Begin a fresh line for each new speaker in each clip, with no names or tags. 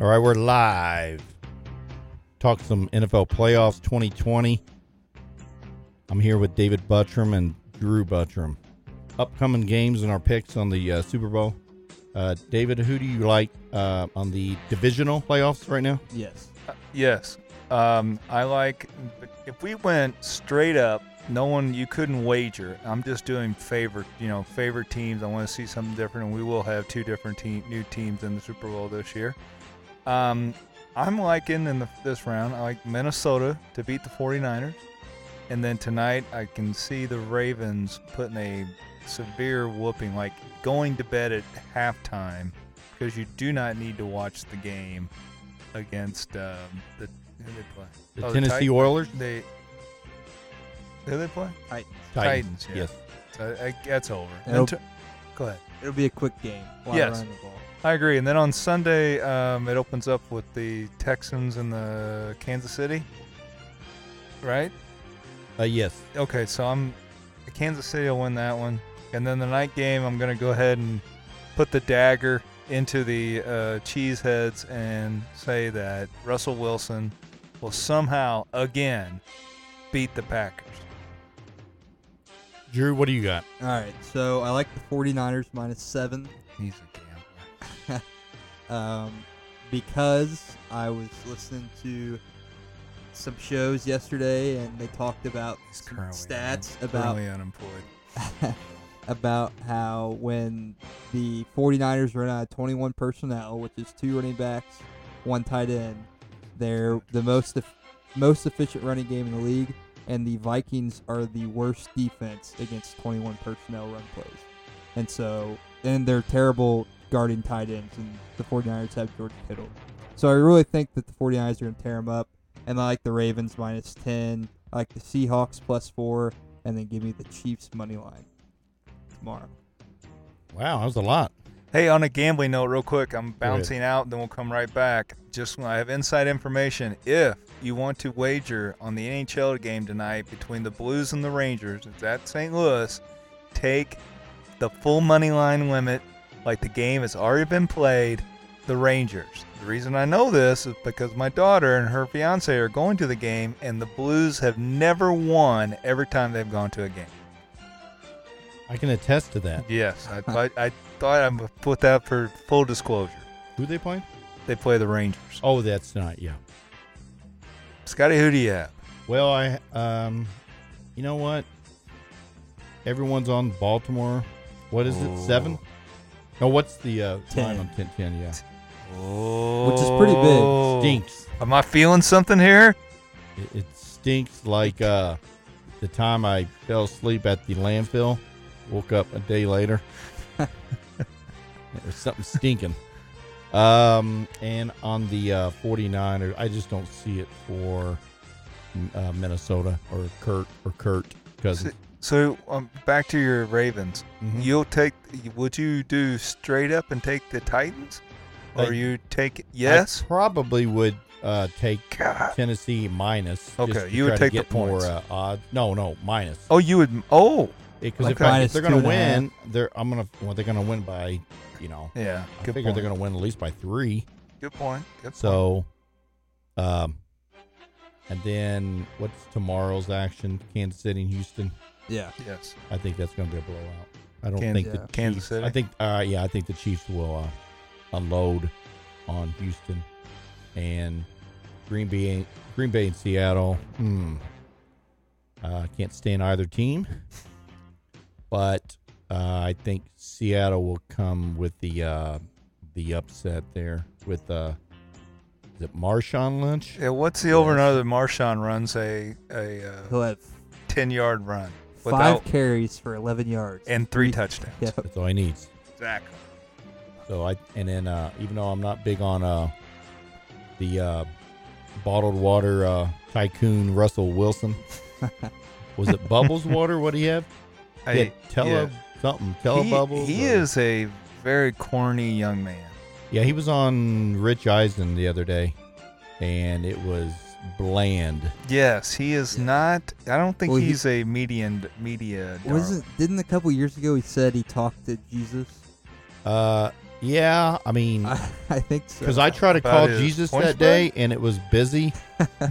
All right, we're live. Talk some NFL playoffs 2020. I'm here with David Buttram and Drew Buttram. Upcoming games and our picks on the uh, Super Bowl. Uh, David, who do you like uh, on the divisional playoffs right now?
Yes.
Uh, Yes. Um, I like if we went straight up, no one you couldn't wager. I'm just doing favorite, you know, favorite teams. I want to see something different, and we will have two different team, new teams in the Super Bowl this year. Um, I'm liking in the, this round. I like Minnesota to beat the 49ers, and then tonight I can see the Ravens putting a severe whooping, like going to bed at halftime, because you do not need to watch the game against um, the who they play?
The
Oh, the
Tennessee
Titans.
Oilers?
They who they play? Titans, yeah.
Yes.
So I, I, that's over. And
Nope.
t- go ahead.
It'll be a quick game. A lot of
Yes.
running the ball.
I agree. And then on Sunday, um, it opens up with the Texans and the Kansas City, right?
Uh, yes.
Okay, so I'm Kansas City will win that one, and then the night game, I'm gonna go ahead and put the dagger into the uh, cheeseheads and say that Russell Wilson will somehow again beat the Packers.
Drew, what do you got?
All right. So I like the 49ers minus seven
He's a gambler.
um, because I was listening to some shows yesterday and they talked about
He's
some
currently
stats
un-
about
currently unemployed.
about how when the 49ers run out of 21 personnel, which is two running backs, one tight end, they're the most eff- most efficient running game in the league, and the Vikings are the worst defense against 21 personnel run plays. And so, and they're terrible guarding tight ends, and the 49ers have George Kittle. So I really think that the 49ers are going to tear them up, and I like the Ravens minus 10. I like the Seahawks plus four, and then give me the Chiefs money line tomorrow.
Wow, that was a lot.
Hey, on a gambling note, real quick, I'm
ahead.
bouncing out, then we'll come right back. Just when I have inside information, if you want to wager on the NHL game tonight between the Blues and the Rangers, it's at St. Louis, take the full money line limit, like the game has already been played, the Rangers. The reason I know this is because my daughter and her fiance are going to the game, and the Blues have never won every time they've gone to a game.
I can attest to that.
Yes, I, I, I thought I'm gonna put that for full disclosure.
Who they playing?
They play the Rangers.
Oh, that's not. Yeah.
Scotty, who do you have?
Well, I um, you know what? Everyone's on Baltimore. What is it? Seven? No, what's the uh, line
Ten.
on ten ten? Yeah,
Oh.
Which is pretty big.
stinks.
Am I feeling something here?
It, it stinks like uh, the time I fell asleep at the landfill. Woke up a day later. There's something stinking. Um, and on the uh, 49er, I just don't see it for uh, Minnesota or Kurt or Kurt Cousins.
So um, back to your Ravens.
Mhm.
You'll take. Would you do straight up and take the Titans, or
I-
you take yes?
I probably would uh, take
God.
Tennessee minus. just
Okay,
to
you would
try
take
to
the
get more
points.
uh, odds. No, no, minus.
Oh, you would. Oh,
Because if,
okay.
I- if
Minus
they're
two
going to
and
win, they're I'm gonna well, they're going to win by you know
yeah.
I
Good
figure
point.
they're going to win at least by three.
Good point. Good point.
So, um, and then what's tomorrow's action? Kansas City and Houston.
Yeah.
yes.
I think that's going to be a blowout. I don't
Kan-
think
yeah.
the
Kansas
Chiefs-
City?
I think uh, yeah, I think the Chiefs will uh, unload on Houston and Green Bay. Green Bay and Seattle. Hmm. Uh, can't stand either team, but uh, I think Seattle will come with the uh, the upset there with uh, is it Marshawn Lynch?
Yeah, what's the over and under? that Marshawn runs a a uh,
He'll have
ten yard run
five
without
carries for 11 yards.
and three touchdowns.
Yeah.
That's all he needs.
Exactly.
So I and then uh, even though I'm not big on uh, the uh, bottled water uh, tycoon Russell Wilson, was it Bubbles Water? What do you have?
I-
He had Tele something Tele
he,
Bubbles.
he
or-
is a very corny young man.
Yeah, he was on Rich Eisen the other day, and it was bland.
Yes, he is not. I don't think
Well, he-
he's a median media. darling.
Wasn't didn't a couple years ago he said he talked to Jesus?
Uh, Yeah, I mean,
I, I think so.
because Mm-hmm. I tried to
About
call
his
Jesus
point
that day and it was busy,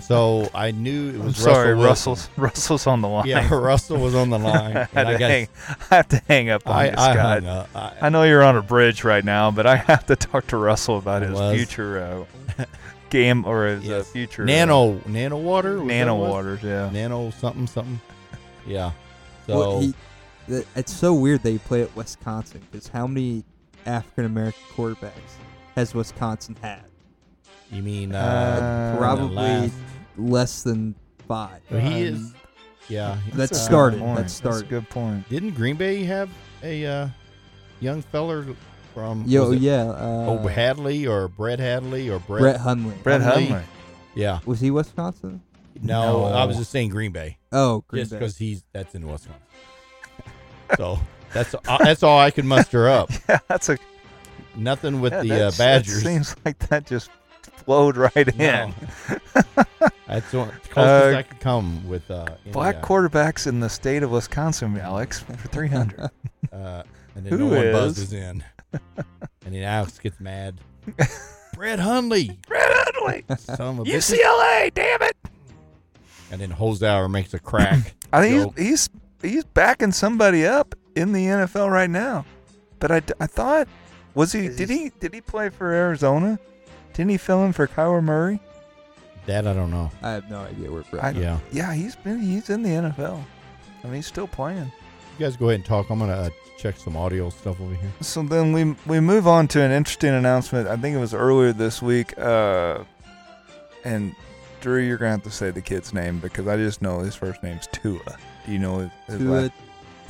so I knew it
I'm
was
sorry,
Russell.
Russell's Russell's on the line.
Wilson. Yeah, Russell was on the line.
I, had
and
to
I got-
hang, I have to hang up on
I,
you,
I
Scott.
hung up. I,
I know you're on a bridge right now, but I have to talk to Russell about
I
his
was.
future uh, game or his uh,
Yes.
future uh,
nano, nano water, was that
nano
what it was?
waters. Yeah,
nano something something. Yeah. So
Well, he, th- it's so weird they play at Wisconsin because how many African American quarterbacks has Wisconsin had?
you mean uh,
Uh,
Probably
last.
less than five.
Well, he is-
Um,
yeah? he-
That's
a good
started.
point.
That's
a
started.
good point.
Didn't Green Bay have a uh, young feller from
Yo,
was it
yeah. Uh,
Ob Hadley or Brett Hadley or Brett?
Brett Hundley.
Brett
Hundley.
Hundley.
Yeah.
Was he Wisconsin?
No, I was
No.
just saying Green Bay,
Oh, Green
just
Bay.
because he's that's in Wisconsin. so that's uh, that's all I could muster up.
Yeah, that's a
Nothing with
yeah,
the uh,
that's-
Badgers.
That seems like that just flowed right
No.
in.
that's the closest I could come with uh, any,
Black
uh,
quarterbacks in the state of Wisconsin, Alex, for 300.
Uh, and then
Who
no one
is?
buzzes in. and then Alex gets mad. Brett Hundley,
Brett Hundley,
son of a bitch.
UCLA, damn it!
And then Holzhauer makes a crack.
I think
Joe.
he's, he's he's backing somebody up in the NFL right now. But I, d- I thought was he
Is
did
he-
he did he play for Arizona? Didn't he fill in for Kyler Murray?
that I don't know.
I have no idea where Brett.
I-
Yeah.
Yeah, he's been he's in the NFL. I mean, he's still playing.
You guys go ahead and talk. I'm going to uh, check some audio stuff over here.
So then we we move on to an interesting announcement. I think it was earlier this week. Uh, and Drew, you're gonna have to say the kid's name because I just know his first name's Tua. Do you know his, his
Tua
last?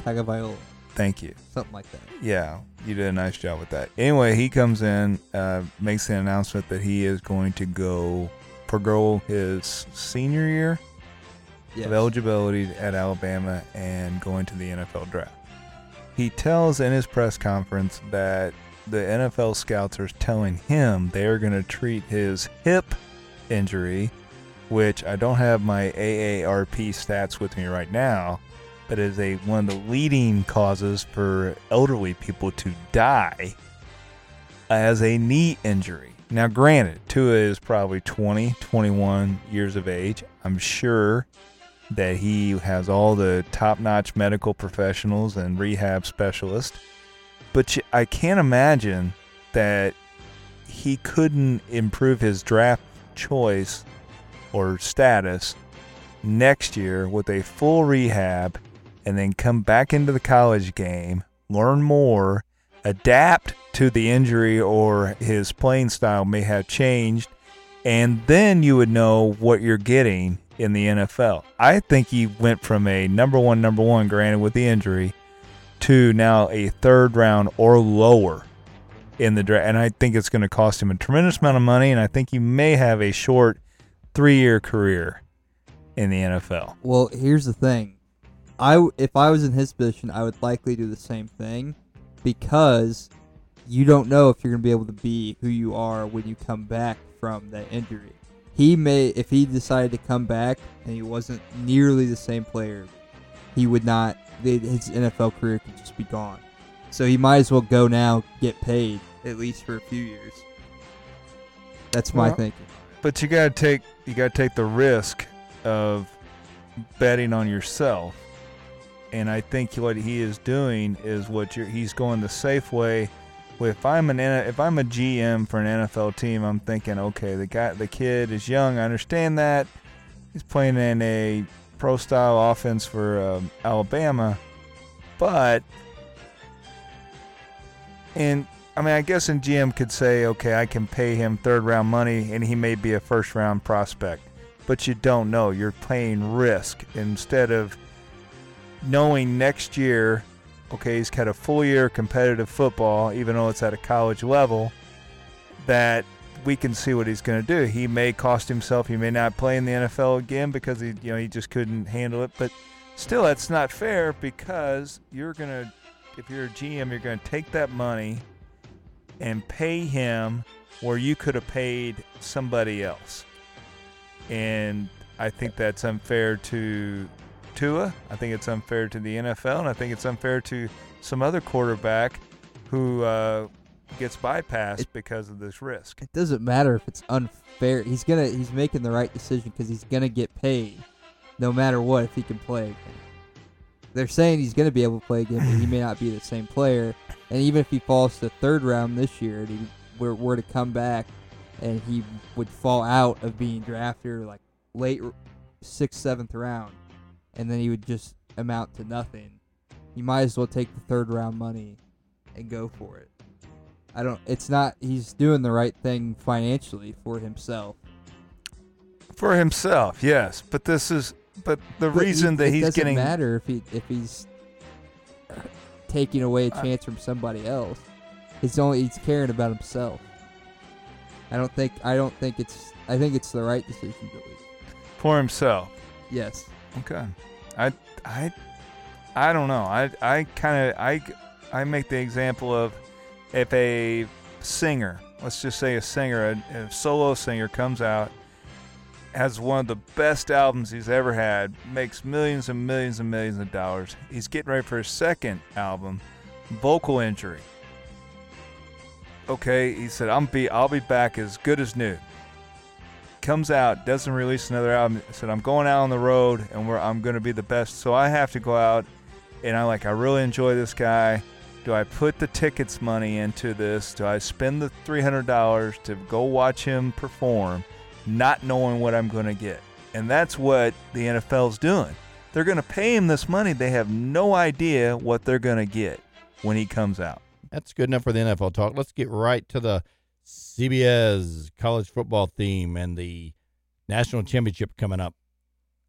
Tagovailoa,
Thank you.
something like that.
Yeah, you did a nice job with that. Anyway, he comes in, uh, makes the announcement that he is going to go forgo his senior year
Yeah.
of eligibility at Alabama and going to the NFL draft. He tells in his press conference that the NFL scouts are telling him they're going to treat his hip injury, which I don't have my AARP stats with me right now, but is a one of the leading causes for elderly people to die as a knee injury. Now, granted, Tua is probably 20, 21 years of age. I'm sure that he has all the top-notch medical professionals and rehab specialists. But you- I can't imagine that he couldn't improve his draft choice or status next year with a full rehab and then come back into the college game, learn more, adapt to the injury or his playing style may have changed and then you would know what you're getting in the NFL. I think he went from a number one, number one, granted with the injury, to now a third round or lower in the draft. And I think it's going to cost him a tremendous amount of money. And I think he may have a short three year career in the NFL.
Well, here's the thing. I w- if I was in his position, I would likely do the same thing because you don't know if you're going to be able to be who you are when you come back from that injury. He may if he decided to come back and he wasn't nearly the same player, he would not the- his NFL career could just be gone. So he might as well go now, get paid at least for a few years. That's my
Well,
thinking.
But you gotta take you gotta take the risk of betting on yourself. And I think what he is doing is what you're, he's going the safe way. If I'm an N- if I'm a GM for an NFL team, I'm thinking, okay, the guy the kid is young. I understand that he's playing in a pro style offense for um, Alabama, but and I mean, I guess in GM could say, okay, I can pay him third round money and he may be a first round prospect. But you don't know. You're playing risk instead of knowing next year, okay, he's had a full year of competitive football, even though it's at a college level, that we can see what he's going to do. He may cost himself. He may not play in the NFL again because he, you know, he just couldn't handle it. But still, that's not fair because you're going to, if you're a GM, you're going to take that money and pay him where you could have paid somebody else. And I think that's unfair to Tua. I think it's unfair to the NFL, and I think it's unfair to some other quarterback who uh, gets bypassed
It-
because of this risk.
It doesn't matter if it's unfair. He's gonna he's making the right decision because he's gonna get paid, no matter what if he can play again. They're saying he's gonna be able to play again, but he may not be the same player. And even if he falls to third round this year, and he were, were to come back, and he would fall out of being drafted like late r- sixth seventh round, and then he would just amount to nothing. You might as well take the third round money and go for it. I don't. It's not. He's doing the right thing financially for himself.
For himself, yes. But this is but the
But
reason
it-
that
it
he's
doesn't
getting
matter if he if he's taking away a
I-
chance from somebody else. It's only he's caring about himself. I don't think. I don't think it's. I think it's the right decision to leave.
for himself.
Yes.
Okay. I I I don't know. I I kind of I I make the example of if a singer, let's just say a singer, a, a solo singer comes out has one of the best albums he's ever had, makes millions and millions and millions of dollars. He's getting ready for his second album, vocal injury. Okay, he said I'm be I'll be back as good as new comes out, doesn't release another album. Said I'm going out on the road and where I'm going to be the best. So I have to go out, and I like I really enjoy this guy. Do I put the tickets money into this? Do I spend the three hundred dollars to go watch him perform, not knowing what I'm going to get? And that's what the NFL's doing. They're going to pay him this money. They have no idea what they're going to get when he comes out.
That's good enough for the NFL talk. Let's get right to the CBS college football theme and the national championship coming up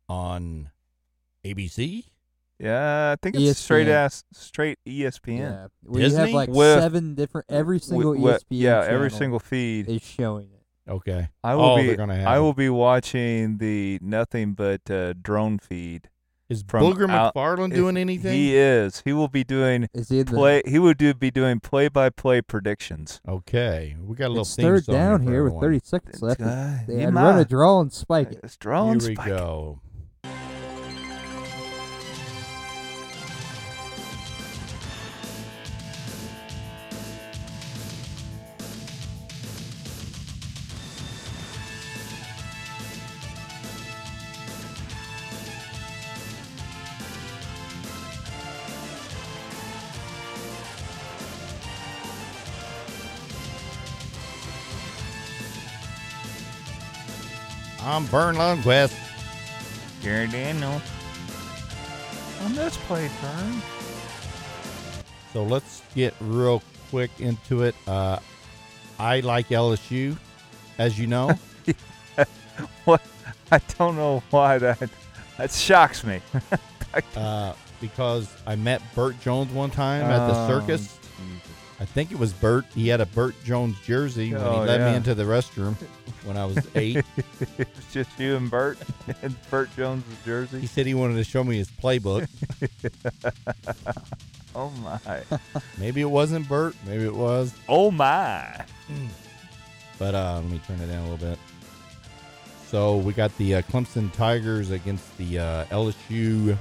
on ABC.
Yeah, I think
E
it's straight
ESPN.
ass, straight E ESPN.
Yeah. We have
Disney?
like
With-
seven different. Every single E
Wh- wh-
ESPN.
yeah,
channel
every single feed.
is showing it.
Okay.
I will
oh,
be
they're gonna have
I
it.
will be watching the nothing but uh, drone feed.
Is
from
Booger
out-
McFarland
if
doing anything?
He is. He will be doing
Is he in the?
play. He will do be doing play by play predictions.
okay. We got a little
it's
theme
third
song
down
for
here with
everyone.
30 seconds left.
God,
They
you
had run a
might.
draw and spike it.
It's drone
Here we
spike.
go. I'm Vern Lundquist.
Gary Daniel. On this play, Vern.
So let's get real quick into it. Uh, I like LSU, as you know.
What? I don't know why that that shocks me.
uh, because I met Burt Jones one time at the
Oh,
circus. I think it was Burt. He had a Burt Jones jersey when
Oh,
he led
yeah.
me into the restroom when I was eight.
It's just you and Bert and Bert Jones'
he
jersey.
said he wanted to show me his playbook.
Oh my.
Maybe it wasn't Burt. Maybe it was.
Oh my.
But uh, let me turn it down a little bit. So we got the uh, Clemson Tigers against the uh, LSU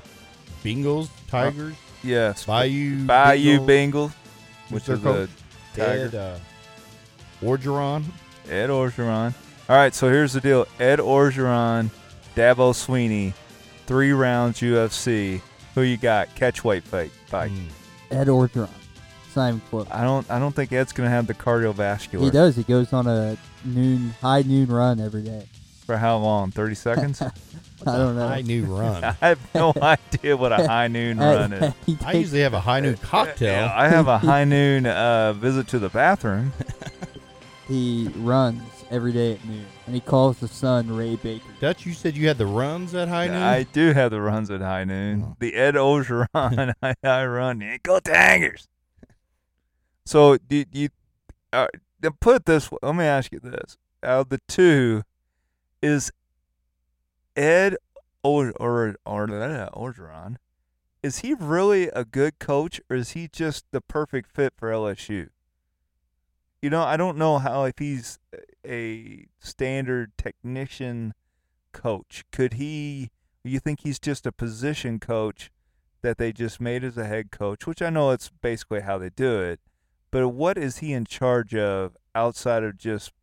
Bengals. Tigers.
Yes.
Bayou.
Oh, Bayou
Bengals.
Bingle,
Who's
which
their
is a
coach?
Tiger.
Ed, uh, Orgeron.
Ed Orgeron. All right, so here's the deal: Ed Orgeron, Dabo Sweeney, three rounds UFC. Who you got? Catch weight fight. fight.
Mm.
Ed Orgeron. It's not even close.
I don't. I don't think Ed's gonna have the cardiovascular.
He does. He goes on a noon, high noon run every day.
For how long? Thirty seconds?
I don't know.
High new
I
run.
have no idea what a high noon run is.
he
I
takes-
usually have a high new
Yeah,
cocktail.
I have a high noon uh, visit to the bathroom.
he runs every day at noon, and he calls the son Ray Baker.
Dutch, you said you had the runs at high noon.
I do have the runs at high noon.
Oh.
The Ed Ogeron I, I run. Yeah, Go Tigers. So do you uh, to put it this? way- Let me ask you this: Out of the two, is Ed or or or Ogeron? Is he really a good coach, or is he just the perfect fit for LSU? You know, I don't know how if he's a standard technician coach. Could he? You think he's just a position coach that they just made as a head coach? Which I know it's basically how they do it, But what is he in charge of outside of just?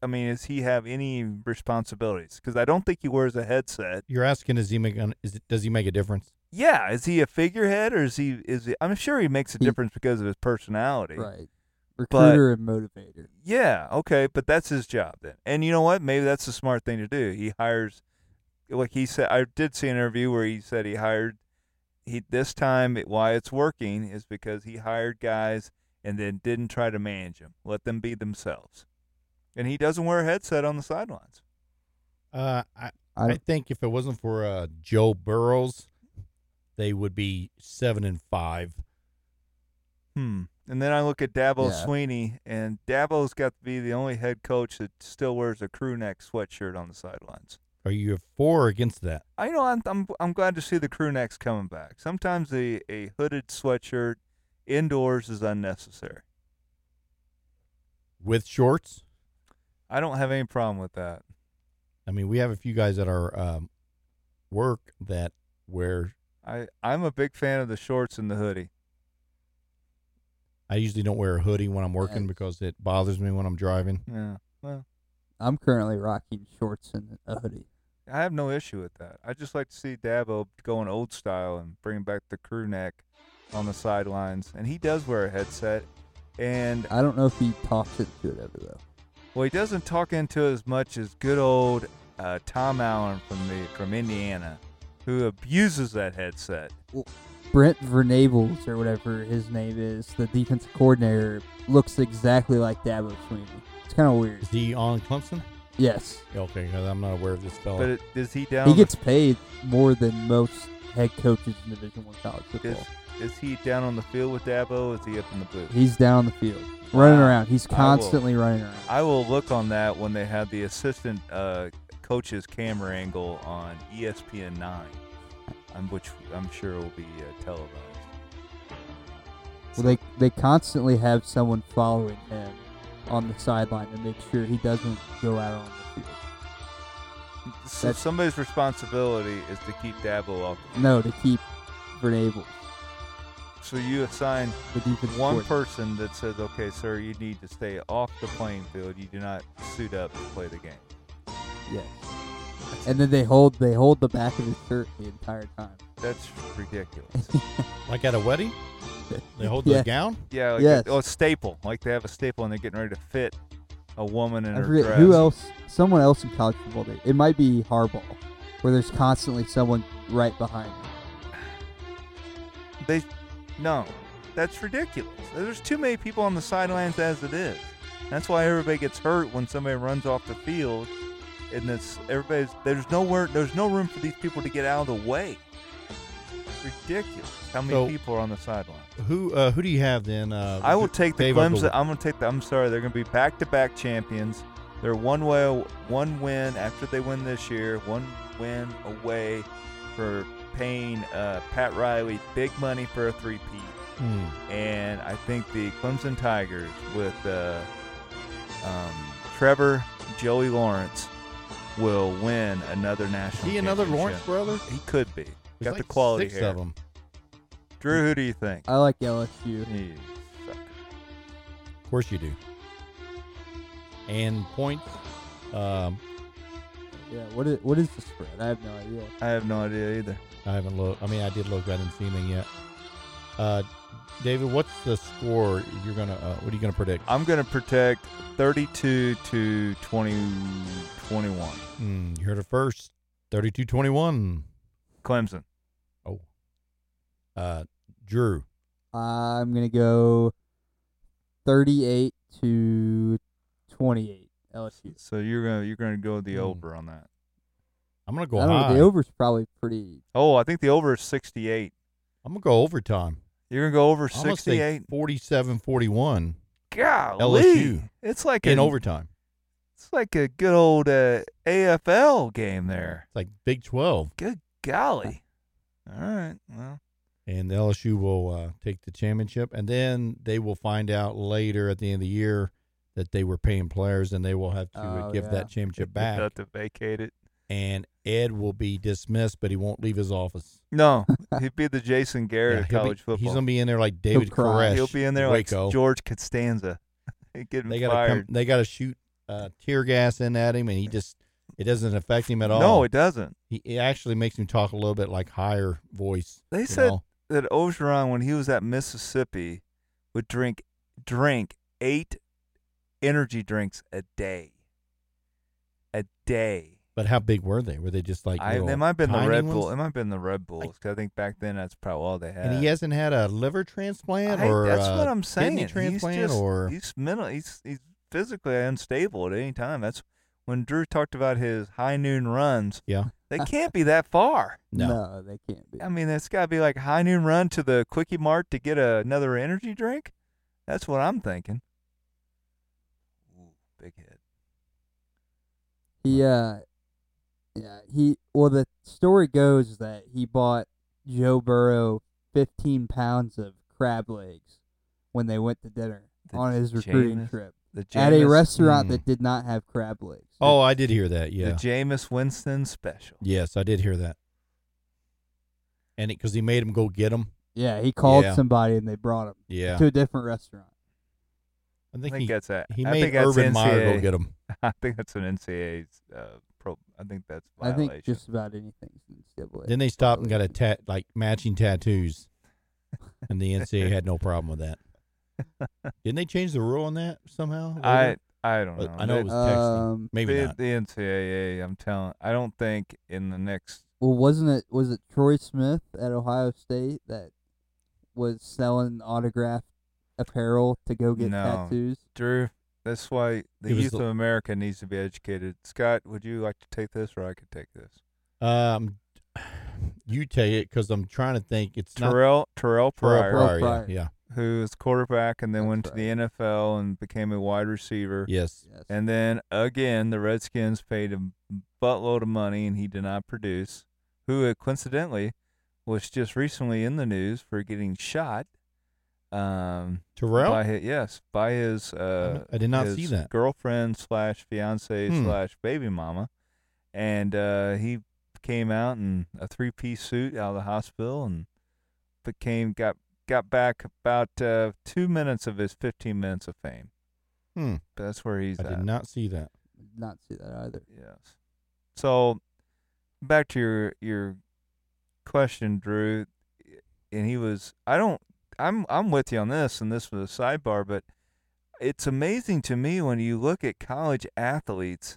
I mean, does he have any responsibilities? Because I don't think he wears a headset.
You're asking, is he make, an- is it, does he make a difference?
Yeah, is he a figurehead or is he? Is he, I'm sure he makes a
He-
difference because of his personality.
Right. Recruiter and motivator.
Yeah, okay, but that's his job then. And you know what? Maybe that's the smart thing to do. He hires like he said I did see an interview where he said he hired he this time it- why it's working is because he hired guys and then didn't try to manage them. Let them be themselves. And he doesn't wear a headset on the sidelines.
Uh, I,
I-
I, think if it wasn't for uh, Joe Burrows, they would be seven and five.
Hmm. And then I look at Dabo
Yeah.
Sweeney and Dabo's got to be the only head coach that still wears a crew neck sweatshirt on the sidelines.
Are you for or against that?
I know I'm, I'm I'm glad to see the crew necks coming back. Sometimes a, a hooded sweatshirt indoors is unnecessary.
With shorts?
I don't have any problem with that.
I mean, we have a few guys at our um, work that wear.
I I'm a big fan of the shorts and the hoodie.
I usually don't wear a hoodie when I'm working
Yes.
because it bothers me when I'm driving.
Yeah. Well,
I'm currently rocking shorts and a hoodie.
I have no issue with that. I just like to see Dabo going old style and bringing back the crew neck on the sidelines. And he does wear a headset. And uh,
I don't know if he talks into it ever though.
well, he doesn't talk into it as much as good old uh, Tom Allen from the from Indiana, who abuses that headset.
Brent Vernables or whatever his name is, the defensive coordinator, looks exactly like Dabo Sweeney. It's kind of weird.
Is he on Clemson?
Yes,
Okay, 'cause I'm not aware of this fella.
But it, is he down?
he gets paid more than most head coaches in Division One college
Is,
football.
is he down on the field with Dabo? Is he up in the booth?
He's down on the field, running
Wow.
around. He's
I will-
constantly running around.
I will look on that when they have the assistant uh, coach's camera angle on E ESPN nine, um, which I'm sure will be uh, televised.
Well, they they constantly have someone following him on the sideline to make sure he doesn't go out on the field.
So
that's-
somebody's responsibility is to keep Dabo off.
No, to keep Vernables,
So you assign
the defensive
one
coordinator.
person that says, "Okay, sir, you need to stay off the playing field. You do not suit up to play the game."
Yes. And then they hold they hold the back of his shirt the entire time.
That's ridiculous.
like at a wedding? They hold
Yeah.
the gown?
Yeah, like
Yes.
a, oh, a staple. Like they have a staple and they're getting ready to fit a woman
I
in her
forget
dress.
who else. Someone else in college football. Did. It might be Harbaugh, where there's constantly someone right behind. Him.
They, no, that's ridiculous. There's too many people on the sidelines as it is. That's why everybody gets hurt when somebody runs off the field, and this everybody's there's nowhere there's no room for these people to get out of the way. It's ridiculous how many
So-
people are on the sideline.
Who uh, who do you have then? Uh,
I will take the
Dave, I'll go
Clemson.
with-
I'm going to take the. I'm sorry, they're going to be back-to-back champions. They're one way, one win after they win this year, one win away for paying uh, Pat Riley big money for a three-peat.
Hmm.
And I think the Clemson Tigers with uh, um, Trevor Joey Lawrence will win another
Is
national.
he another Lawrence
championship.
brother?
He could be.
There's
Got the
like
quality
six
hair.
of Uh, them.
Drew, who do you think?
I like LSU.
You sucker.
Of course you do. And points. Um,
Yeah. What is what is the spread? I have no idea.
I have no idea either.
I haven't looked. I mean, I did look, but I didn't see anything yet. Uh, David, what's the score you're gonna? Uh, what are you gonna predict?
I'm going to protect 32 to 20, 21.
Hmm, you heard it first. 32-21.
Clemson.
Oh. Uh, Drew.
I'm gonna go thirty-eight to twenty-eight. LSU.
So you're going to you're going to go the
Hmm.
over on that.
I'm gonna go
I don't know.
high.
The over's probably pretty.
Oh, I think the over is 68.
I'm gonna go overtime.
You're going to go over
I'm gonna say
68.
47-41
Golly.
LSU.
It's like
in
an-
overtime.
It's like a good old uh, AFL game there.
It's like Big 12,
Good golly. All right. Well,
and LSU will uh, take the championship, and then they will find out later at the end of the year that they were paying players, and they will have to uh,
Oh,
give
yeah.
that championship
you'll
back.
have to vacate it.
and Ed will be dismissed, but he won't leave his office.
No, he'd be the Jason Garrett
Yeah,
of
he'll be-
college football.
He's gonna be in there like David
cry.
Koresh.
He'll be in there
Waco.
like George Costanza. He'd get
they gotta come,
fired.
they gotta shoot uh, tear gas in at him, and he just it doesn't affect him at all.
No, it doesn't.
he, it actually makes him talk a little bit like higher voice.
They
you
said
know?
that Ogeron, when he was at Mississippi, would drink drink eight energy drinks a day. A day.
but how big were they? Were they just like
I,
little
it might have been the
tiny
Red
ones?
Bull. It might have been the Red Bulls. 'cause I think back then that's probably all they had.
And he hasn't had a liver transplant
I-
or
that's
uh,
what I'm saying.
kidney transplant
he's just,
or
he's mental. He's he's physically unstable at any time. That's when Drew talked about his high noon runs.
yeah.
They can't be that far.
No.
they can't be.
I mean, it's got to be like high noon run to the quickie mart to get a, another energy drink. That's what I'm thinking. Ooh, big head.
He, uh, yeah, he. Well, the story goes that he bought Joe Burrow 15 pounds of crab legs when they went to dinner
The
on his recruiting
Jameis-
trip
The
at a
Jameis-
restaurant
Mm.
that did not have crab legs.
Oh, I did hear that.
The
Yeah.
Jameis Winston special.
Yes, I did hear that. And because he made him go get him.
yeah, he called
Yeah.
somebody and they brought him
Yeah.
to a different restaurant.
I
I
think
think
he,
that's that.
he
I
made
think that's
Urban
NCAA.
Meyer go get him.
I think that's an NCAA 's, uh, pro. I think that's
I
violation.
think just about anything's in NCAA.
Then they stopped and got a tat like matching tattoos, and the NCAA had no problem with that. Didn't they change the rule on that somehow?
I
later?
I don't
But
know.
I know it was texting.
um,
Maybe
the,
not.
the NCAA. I'm telling. I don't think in the next.
well, wasn't it was it Troy Smith at Ohio State that was selling autographed apparel to go get
No.
tattoos?
Drew, that's why the
It was
youth
the-
of America needs to be educated. Scott, would you like to take this, or I could take this?
Um, you take it because I'm trying to think. It's not
Terrell Terrell Pryor,
Terrell Pryor.
Pryor.
Yeah,
who was quarterback and then
That's
went to
right.
the NFL and became a wide receiver.
yeah. Yes.
Yes.
And then again, the Redskins paid a buttload of money and he did not produce. Who uh, coincidentally was just recently in the news for getting shot. Um,
Terrell.
by his, yes, by his uh,
I did not
his
see that.
girlfriend slash fiance
Hmm.
slash baby mama, and uh, he came out in a three piece suit out of the hospital and became got got back about uh, two minutes of his fifteen minutes of fame.
Hmm.
But that's where he's
I
at.
did not see that.
Did not see that either.
Yes. So back to your your question, Drew, and he was I don't I'm I'm with you on this and this was a sidebar, but it's amazing to me when you look at college athletes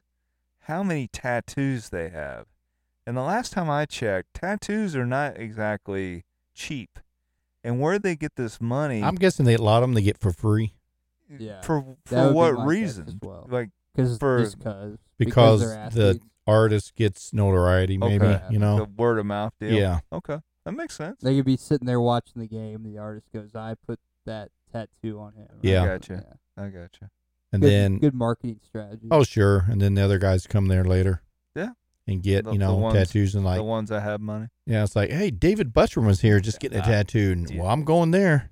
how many tattoos they have. And the last time I checked, tattoos are not exactly cheap. And where they get this money
I'm guessing they a lot of them they get for free
Yeah,
for
that would be
for
my
what
guess As
reason?
well,
Like
Cause,
for-
just cause
because,
they're
the
athletes.
artist gets notoriety. Maybe
Okay.
you
the
know.
word of mouth deal.
Yeah.
Okay. That makes sense.
they could be sitting there watching the game. The artist goes, "I put that tattoo on him." or
Yeah.
something.
Gotcha. I gotcha.
And
Good-
then
good marketing strategy.
oh sure, and then the other guys come there later.
Yeah.
And get
The-
you
the
know
ones-
tattoos and like
the ones that have money.
Yeah, it's like, hey, David Butcher was here just getting a
Uh,
tattoo, and
dude.
well, I'm going there.